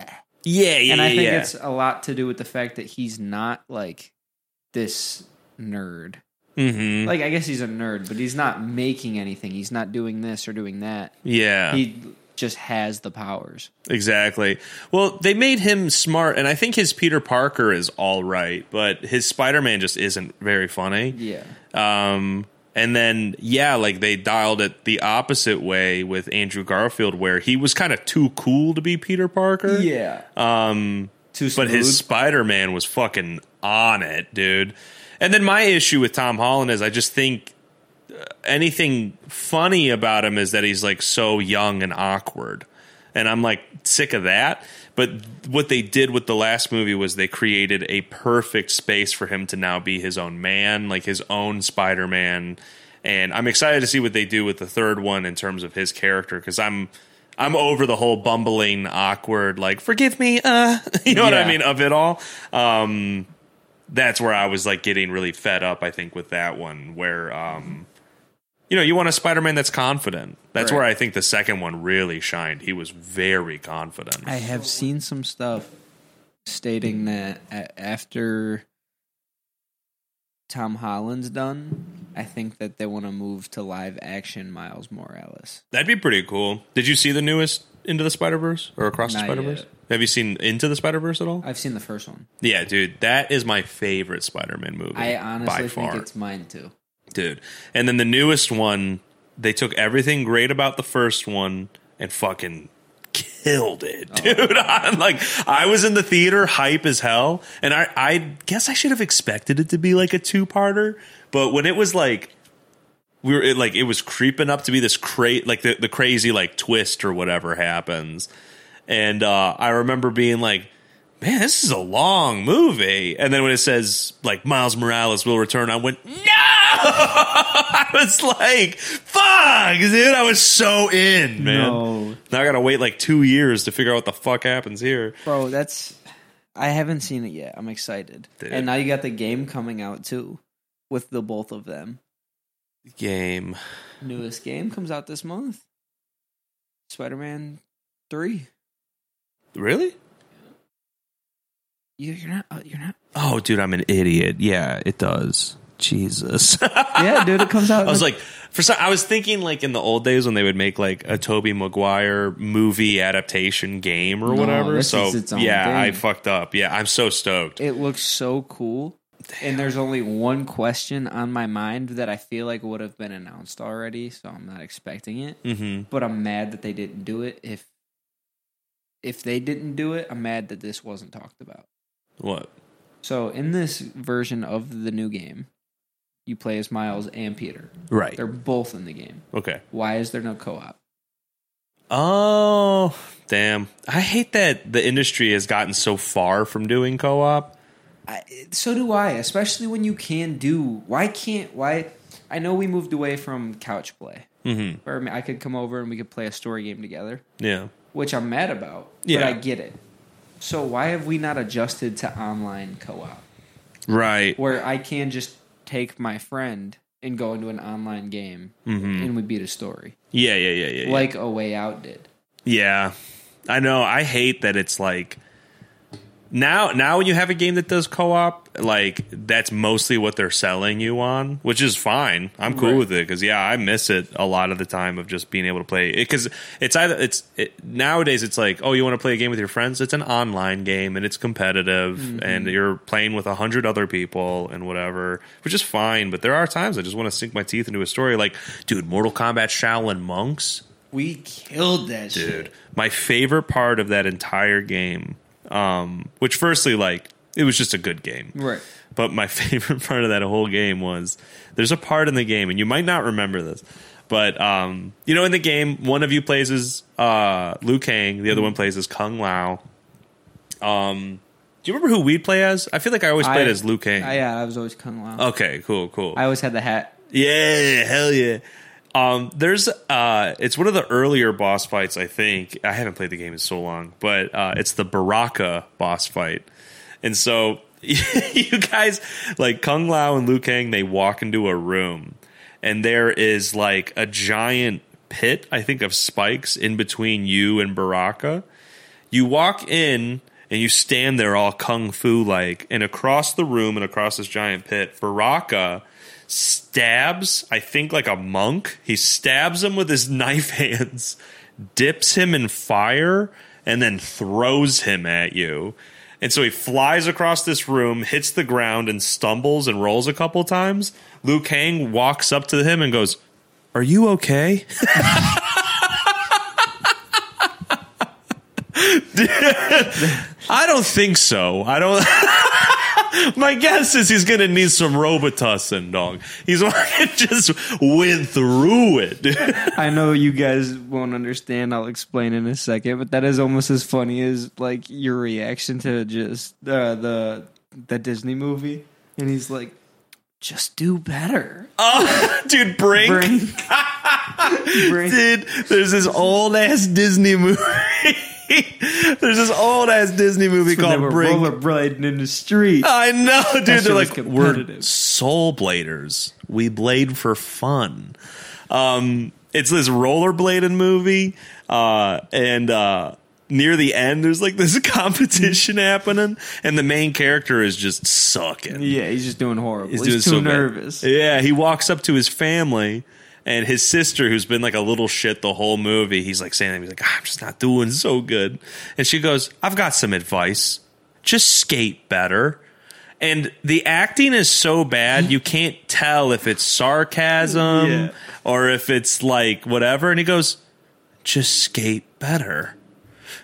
Yeah, yeah, And I think yeah. it's a lot to do with the fact that he's not like this nerd. Mhm. Like I guess he's a nerd, but he's not making anything. He's not doing this or doing that. yeah, He just has the powers. exactly. Well, they made him smart, and I think his Peter Parker is all right, but his Spider Man just isn't very funny. Yeah. Um, and then yeah, like they dialed it the opposite way with Andrew Garfield, where he was kind of too cool to be Peter Parker. Yeah. Um too smooth. but his Spider Man was fucking on it, dude. And then my issue with Tom Holland is I just think uh, anything funny about him is that he's like so young and awkward. And I'm like sick of that. But what they did with the last movie was they created a perfect space for him to now be his own man, like his own Spider Man. And I'm excited to see what they do with the third one in terms of his character because I'm I'm over the whole bumbling, awkward, like forgive me, uh, you know what I Yeah. mean of it all. Um, that's where I was like getting really fed up. I think with that one where um, you know you want a Spider-Man that's confident. That's Right. where I think the second one really shined. He was very confident. I have seen some stuff stating that a- after Tom Holland's done, I think that they want to move to live action Miles Morales. That'd be pretty cool. Did you see the newest Into the Spider Verse or Across the Not Spider Verse? yet. Uh, Have you seen Into the Spider Verse at all? I've seen the first one. yeah, dude, that is my favorite Spider-Man movie. I by honestly far. think it's mine too. dude. And then the newest one, they took everything great about the first one and fucking killed it, dude. I'm like, I was in the theater, hype as hell, and I, I guess I should have expected it to be like a two-parter, but when it was like. We were it, like it was creeping up to be this cra- like the, the crazy like twist or whatever happens, and uh, I remember being like, man, this is a long movie. And then when it says like Miles Morales will return, I went, no. I was like, fuck, dude. I was so in, man. No. Now I gotta wait like two years to figure out what the fuck happens here. Bro, that's. I haven't seen it yet. I'm excited. Dude. And now you got the game coming out too with the both of them. Game. Newest game comes out this month Spider Man 3. Really? You, you're not. uh, You're not. Oh, dude, I'm an idiot. Yeah, it does. Jesus. Yeah, dude, it comes out. I was like, for some, I was thinking like in the old days when they would make like a Toby Maguire movie adaptation game or No, whatever. this So is its own yeah, I thing. fucked up. Yeah, I'm so stoked. It looks so cool. And there's only one question on my mind that I feel like would have been announced already, so I'm not expecting it. hmm But I'm mad that they didn't do it. If if they didn't do it, I'm mad that this wasn't talked about. What? So in this version of the new game, you play as Miles and Peter. Right. They're both in the game. Okay. Why is there no co-op? Oh, damn. I hate that the industry has gotten so far from doing co op. I, so do I, especially when you can do. Why can't why? I know we moved away from couch play. Mm-hmm. or I mean, I could come over and we could play a story game together, Yeah. which I'm mad about. Yeah. But I get it. So why have we not adjusted to online co-op Right. where I can just take my friend and go into an online game and we beat a story Yeah, yeah, yeah, Mm-hmm. yeah. yeah. like A Way Out did? Yeah. I know. I hate that it's like now now when you have a game that does co-op, like that's mostly what they're selling you on, which is fine. I'm cool Right. with it cuz yeah, I miss it a lot of the time of just being able to play it cuz it's either it's it, nowadays it's like, "Oh, you want to play a game with your friends? It's an online game and it's competitive and you're playing with a 100 other people and whatever." Which is fine, but there are times I just want to sink my teeth into a story like, "Dude, Mortal Kombat Shaolin Monks?" We killed that dude. My favorite part of that entire game, um, which firstly, like, it was just a good game. Right. But my favorite part of that whole game was there's a part in the game, and you might not remember this, but um, you know, in the game, one of you plays as uh, Liu Kang, Mm-hmm. the other one plays as Kung Lao. Um, do you remember who we'd play as? I feel like I always played as Liu Kang. I, yeah, I was always Kung Lao. okay, cool, cool. I always had the hat. Yeah, hell yeah. Um, there's uh, it's one of the earlier boss fights. I think I haven't played the game in so long, but uh, it's the Baraka boss fight, and so you guys like Kung Lao and Liu Kang. They walk into a room, and there is like a giant pit. I think of spikes in between you and Baraka. You walk in and you stand there all kung fu like, and across the room and across this giant pit, Baraka stabs, I think like a monk. He stabs him with his knife hands, dips him in fire, and then throws him at you. And so he flies across this room, hits the ground, and stumbles and rolls a couple times. Liu Kang walks up to him and goes, Are you okay? I don't think so. I don't. My guess is he's gonna need some Robitussin, dog. He's gonna just went through it. dude. I know you guys won't understand. I'll explain in a second, but that is almost as funny as like your reaction to just uh, the the Disney movie. And he's like, "Just do better." Dude, Brink, Brink. Brink. Dude, there's this old ass Disney movie. there's this old ass Disney movie When they called were Brink. Oh. rollerblading in the street. I know, dude. shit They're was like we're competitive. soul bladers. We blade for fun. Um, it's this rollerblading movie, uh, and uh, near the end, there's like this competition happening, and the main character is just sucking. yeah, he's just doing horrible. He's, too so bad. nervous. Yeah, he walks up to his family and his sister, who's been like a little shit the whole movie. He's like saying, "He's like, "Ah, I'm just not doing so good," and she goes, "I've got some advice. Just skate better." And the acting is so bad, you can't tell if it's sarcasm Yeah. or if it's like whatever. And he goes, "Just skate better."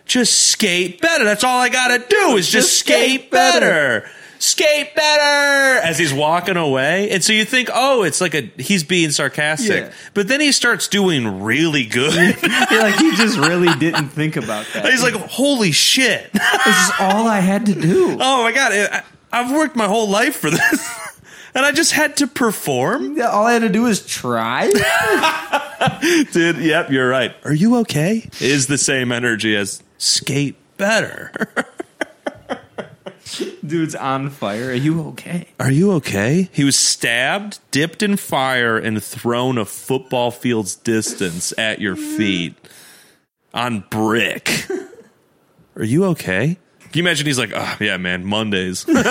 Just skate better. That's all I gotta do is just, skate, better. skate better as he's walking away. And so you think, oh, it's like a he's being sarcastic. Yeah. But then he starts doing really good. like he just really didn't think about that. he's like, holy shit. this is all I had to do. oh my God. I, I've worked my whole life for this. and I just had to perform. All I had to do is try. Dude, yep, you're right. Are you okay? Is the same energy as skate better. Dude's on fire. Are you okay? Are you okay? He was stabbed, dipped in fire, and thrown a football field's distance at your feet on brick. Are you okay? Can you imagine he's like, oh, yeah, man, Mondays. He's like,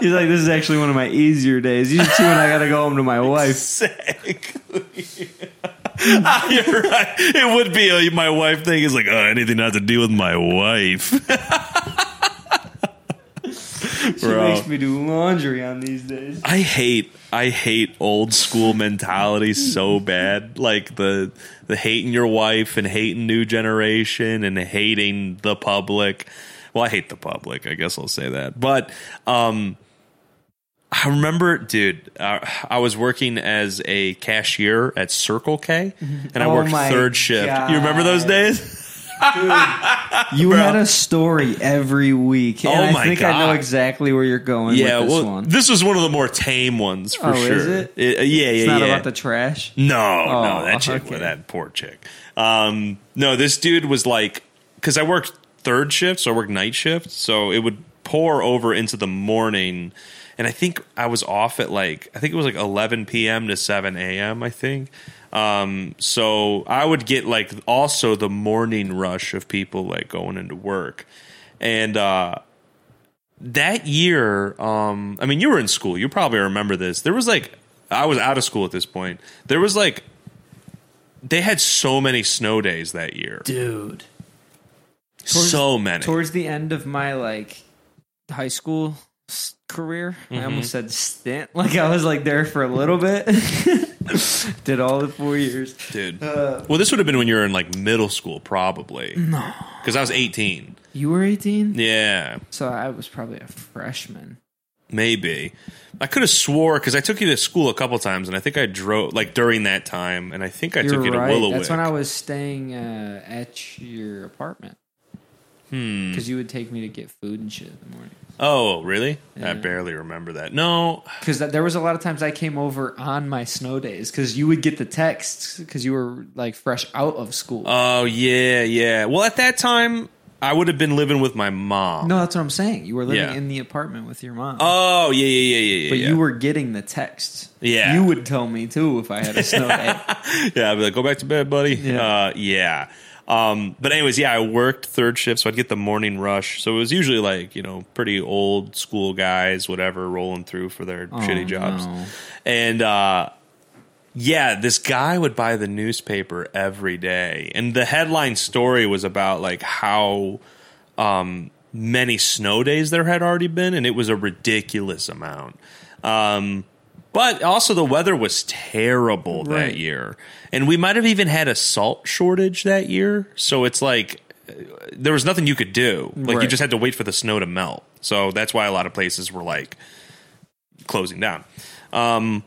this is actually one of my easier days. You see when I gotta go home to my wife. Exactly. Ah, You're right. It would be a my wife thing. It's like, oh, anything not to do with my wife. She Bro. makes me do laundry on these days. I hate I hate old school mentality so bad. Like the the hating your wife and hating new generation and hating the public. Well, I hate the public. I guess I'll say that. But um I remember, dude, uh, I was working as a cashier at Circle K and I Oh worked my third shift. You remember those God. days? You had a story every week. And Oh my I think I know God. exactly where you're going Yeah, with this well, one. this was one of the more tame ones for Oh, is sure. it? It- uh, yeah, yeah, it's not yeah. about the trash. No, Oh, no, that chick, okay. that poor chick. Um, no, this dude was like, because I worked third shift, so I worked night shift, so it would pour over into the morning, and I think I was off at like, I think it was like 11 p.m. to 7 a.m. I think. Um, so I would get like also the morning rush of people like going into work, and uh, that year, um, I mean, you were in school. You probably remember this. There was like, I was out of school at this point. There was like, they had so many snow days that year. Dude. so many. Towards the end of my like high school s- career, Mm-hmm. I almost said stint. Like I was like there for a little bit. Did all the four years. dude. Uh, well, this would have been when you were in like middle school, probably. No. Because I was 18. You were 18? Yeah, So I was probably a freshman. maybe. I could have swore because I took you to school a couple times, and I think I drove like during that time, and I think I You're took you right. to Willowick. That's when I was staying uh, at your apartment. Hmm. Because you would take me to get food and shit in the morning. oh, really? Yeah. I barely remember that. No, Because there was a lot of times I came over on my snow days because you would get the texts because you were like fresh out of school. Oh yeah, yeah. Well, at that time, I would have been living with my mom. no, that's what I'm saying. You were living Yeah. in the apartment with your mom. Oh yeah, yeah, yeah, yeah. but yeah. you were getting the texts. Yeah. You would tell me too if I had a snow day. yeah, I'd be like, go back to bed, buddy. Yeah. Uh, yeah. Um, but anyways, yeah, I worked third shift, so I'd get the morning rush. So it was usually like you know pretty old school guys, whatever, rolling through for their shitty jobs. Oh, no. And uh, yeah, this guy would buy the newspaper every day, and the headline story was about like how um, many snow days there had already been, and it was a ridiculous amount. Um, but also the weather was terrible Right. that year, and we might have even had a salt shortage that year. So it's like uh, there was nothing you could do. Like you Right. just had to wait for the snow to melt. So that's why a lot of places were like closing down. Um,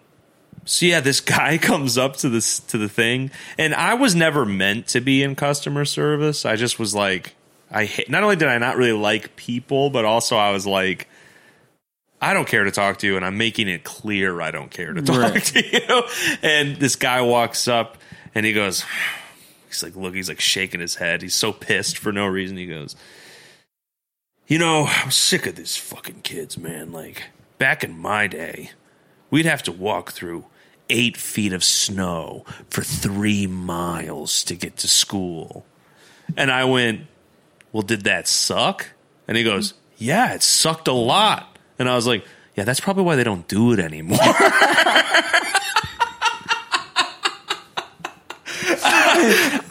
so yeah, this guy comes up to this to the thing, and I was never meant to be in customer service. I just was like, I hate, not only did I not really like people, but also I was like, I don't care to talk to you, and I'm making it clear I don't care to talk Right. to you. And this guy walks up, and he goes, he's like, look, he's like shaking his head. He's so pissed for no reason. He goes, you know, I'm sick of these fucking kids, man. Like back in my day we'd have to walk through eight feet of snow for three miles to get to school. And I went, Well, did that suck? And he goes, Yeah, it sucked a lot. And I was like, Yeah, that's probably why they don't do it anymore.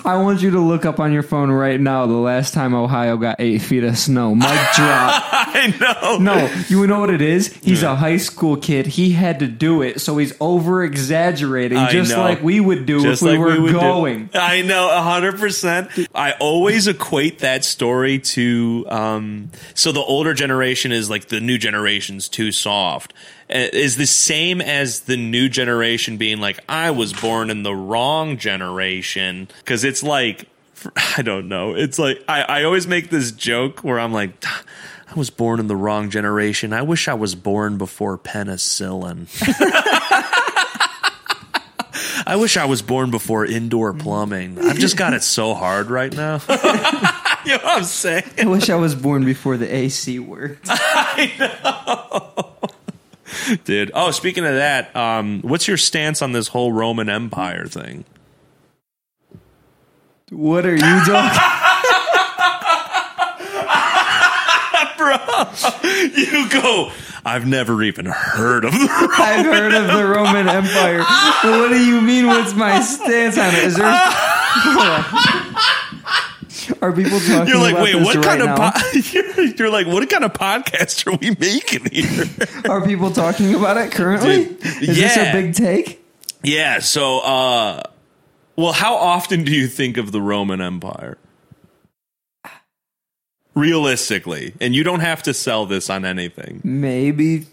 I want you to look up on your phone right now the last time Ohio got eight feet of snow. Mic drop. I know. No, you know what it is? He's a high school kid. He had to do it, so he's over exaggerating, I just know. like we would do Just if we like were would do. going. I know, hundred percent. I always equate that story to um, so the older generation is like the new generation's too soft. Uh, Is the same as the new generation being like I was born in the wrong generation because it's like I don't know. It's like I, I always make this joke where I'm like. I was born in the wrong generation. I wish I was born before penicillin. I wish I was born before indoor plumbing. I've just got it so hard right now. Mm. you know what I'm saying? I wish I was born before the AC worked. Dude. Oh, speaking of that, um, what's your stance on this whole Roman Empire thing? What are you doing? You go, I've never even heard of the I've heard of the Roman Empire. What do you mean? What's my stance on it? Is there? Are people talking You're like, about wait, this what right kind of now? po- you're, you're like, what kind of podcast are we making here? Are people talking about it currently? Dude, Is this a yeah. big take? yeah, so uh well, how often do you think of the Roman Empire? Realistically, and you don't have to sell this on anything. Maybe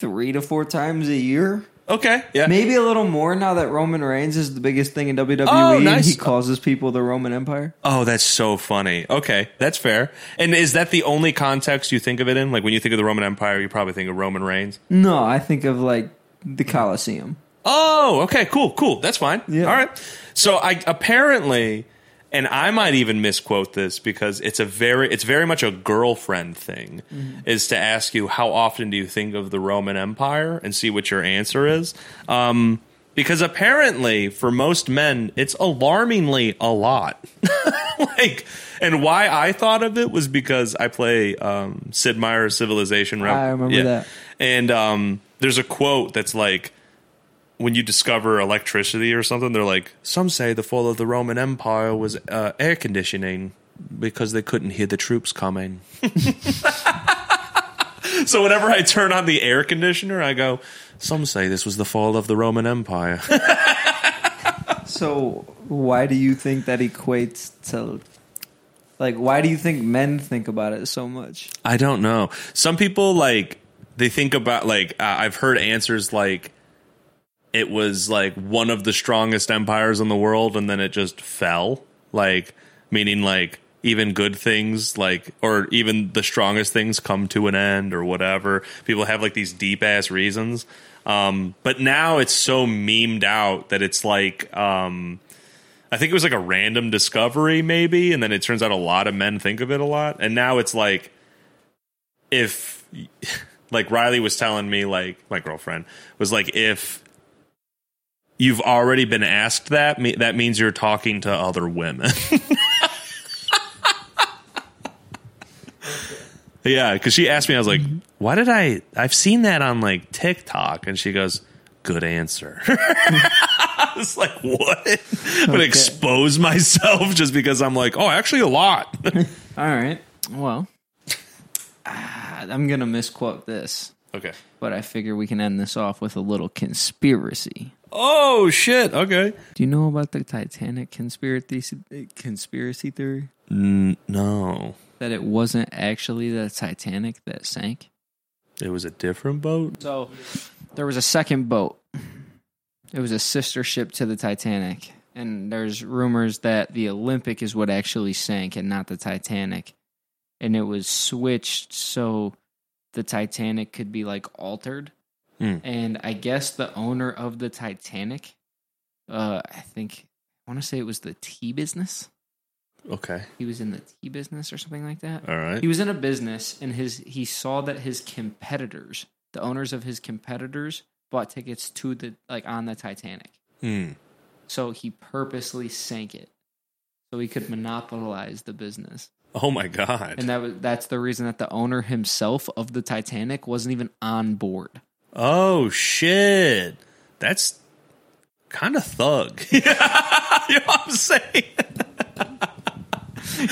three to four times a year. Okay. Yeah. Maybe a little more now that Roman Reigns is the biggest thing in WWE. Oh, and nice. He calls his people the Roman Empire. Oh, that's so funny. Okay, that's fair. And is that the only context you think of it in? Like when you think of the Roman Empire, you probably think of Roman Reigns. No, I think of like the Colosseum. Oh, okay, cool, cool. That's fine. Yeah. All right. So I apparently and I might even misquote this because it's a very it's very much a girlfriend thing is to ask you how often do you think of the Roman Empire and see what your answer is. Um because apparently for most men it's alarmingly a lot. like and why I thought of it was because I play um Sid Meier's Civilization Rep- I remember that. And um there's a quote that's like when you discover electricity or something, they're like, some say the fall of the Roman Empire was uh, air conditioning because they couldn't hear the troops coming. so whenever I turn on the air conditioner, I go, some say this was the fall of the Roman Empire. So why do you think that equates to like why do you think men think about it so much? I don't know. Some people like they think about like uh, I've heard answers like it was like one of the strongest empires in the world and then it just fell. Like meaning like even good things like or even the strongest things come to an end or whatever. People have like these deep ass reasons. Um but now it's so memed out that it's like um I think it was like a random discovery, maybe, and then it turns out a lot of men think of it a lot. And now it's like if like Riley was telling me, like my girlfriend was like, if you've already been asked that, me- that means you're talking to other women. yeah, because she asked me, I was like, why did I? I've seen that on like TikTok, and she goes, good answer. I was like, what? I'm gonna expose myself just because I'm like, oh, actually, a lot. All right. Well, ah, I'm going to misquote this, okay. but I figure we can end this off with a little conspiracy. Oh shit. Okay. Do you know about the Titanic conspiracy conspiracy theory No, that it wasn't actually the Titanic that sank? it was a different boat. So there was a second boat. It was a sister ship to the Titanic. And there's rumors that the Olympic is what actually sank and not the Titanic. And it was switched so the Titanic could be like altered. Hmm. And I guess the owner of the Titanic, uh, I think, I want to say it was the tea business. Okay. He was in the tea business or something like that. All right. He was in a business and his he saw that his competitors, the owners of his competitors, bought tickets to the like on the Titanic. Hmm. So he purposely sank it. So he could monopolize the business. Oh my god. And that was that's the reason that the owner himself of the Titanic wasn't even on board. oh shit. That's kind of thug. you know what I'm saying?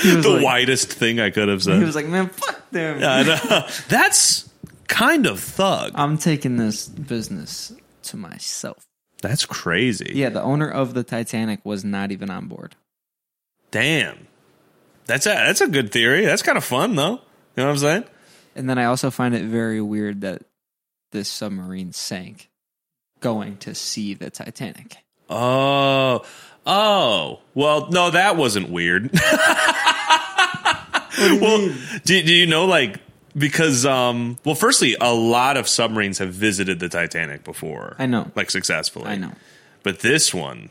He was The like, whitest thing I could have said. He was like, man, fuck them. I know. That's kind of thug. I'm taking this business to myself. That's crazy. Yeah, the owner of the Titanic was not even on board. Damn. That's a that's a good theory. That's kind of fun though. You know what I'm saying? And then I also find it very weird that this submarine sank going to see the Titanic. Oh. Oh. Well, no, that wasn't weird. well, do, do you know like because um well firstly a lot of submarines have visited the Titanic before. I know. Like successfully. I know. But this one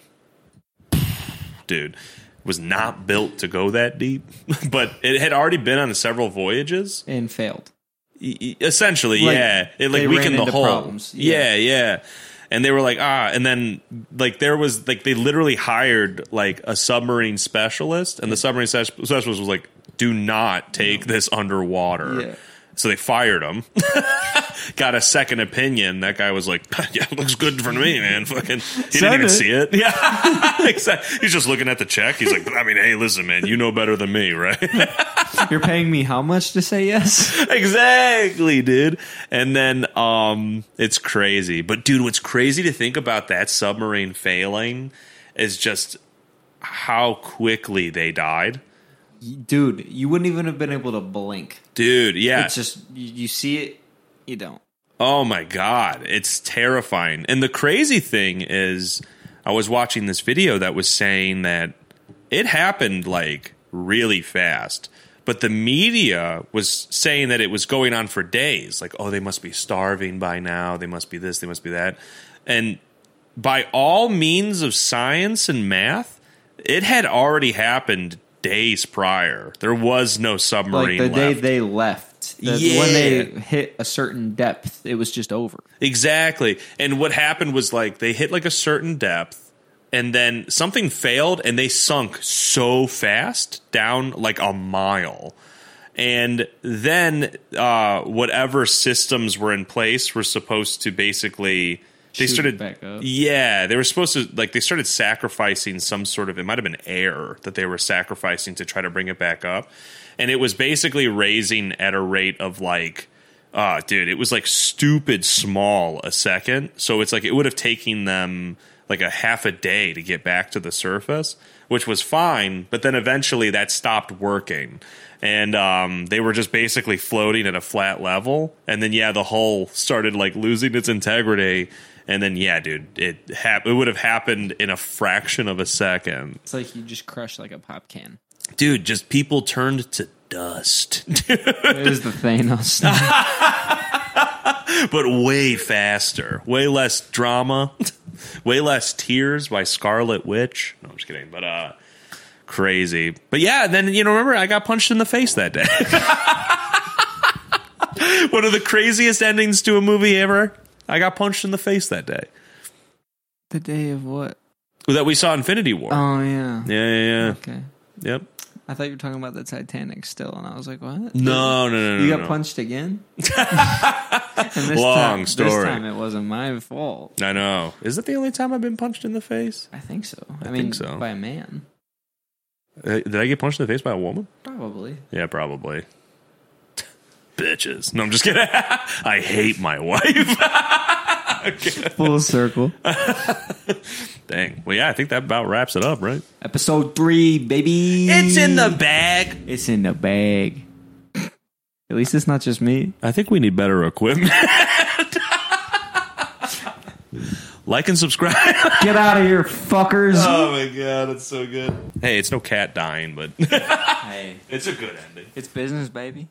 dude was not built to go that deep, but it had already been on several voyages. And failed. E- e- essentially Like, yeah it like they ran weakened the into whole problems. yeah. yeah Yeah. and they were like ah and then like there was like they literally hired like a submarine specialist and the submarine spe- specialist was like do not take this underwater Yeah. so they fired him got a second opinion that guy was like yeah it looks good for me man fucking he didn't Said even it. see it yeah exactly he's just looking at the check he's like i mean hey listen man you know better than me right You're paying me how much to say yes? exactly, dude. And then um it's crazy. But dude, what's crazy to think about that submarine failing is just how quickly they died. Dude, you wouldn't even have been able to blink. Dude, yeah. It's just, you, you see it, you don't. oh my god, it's terrifying. And the crazy thing is I was watching this video that was saying that it happened like really fast. But the media was saying that it was going on for days. Like, oh, they must be starving by now. They must be this. They must be that. And by all means of science and math, it had already happened days prior. There was no submarine Like the day left. they left. the- Yeah. When they hit a certain depth, it was just over. Exactly. And what happened was like they hit like a certain depth and then something failed and they sunk so fast down like a mile. And then uh, whatever systems were in place were supposed to basically they Shoot it started back up. yeah, they were supposed to like they started sacrificing some sort of it might have been air that they were sacrificing to try to bring it back up. And it was basically raising at a rate of like uh dude, it was like stupid small a second. So it's like it would have taken them like a half a day to get back to the surface, which was fine, but then eventually that stopped working. And um, they were just basically floating at a flat level. And then, yeah, the hull started like losing its integrity. And then, yeah, dude, it hap- it would have happened in a fraction of a second. It's like you just crushed like a pop can. Dude, just people turned to dust, It was the Thanos. thing. but way faster, way less drama, way less tears by Scarlet Witch. No, I'm just kidding, but uh, crazy. But yeah, then you know, remember I got punched in the face that day. One of the craziest endings to a movie ever. I got punched in the face that day the day of what? that we saw Infinity War. Oh yeah. yeah, yeah, yeah. Okay. Yep. I thought you were talking about the Titanic still, and I was like, what? No, no, no, no. You got no. punched again? and this Long time, This story. time it wasn't my fault. I know. Is that the only time I've been punched in the face? I think so. I, think mean, so. by a man, Uh, Did I get punched in the face by a woman? probably. Yeah, probably. Bitches. No, I'm just kidding. I hate my wife. Full circle. Dang. Well, yeah, I think that about wraps it up, right? Episode three, baby. bag. It's in the bag. At least it's not just me. I think we need better equipment. like and subscribe. Get out of here, fuckers. Oh my god, it's so good. Hey, it's no cat dying, but hey, it's a good ending. it's business, baby.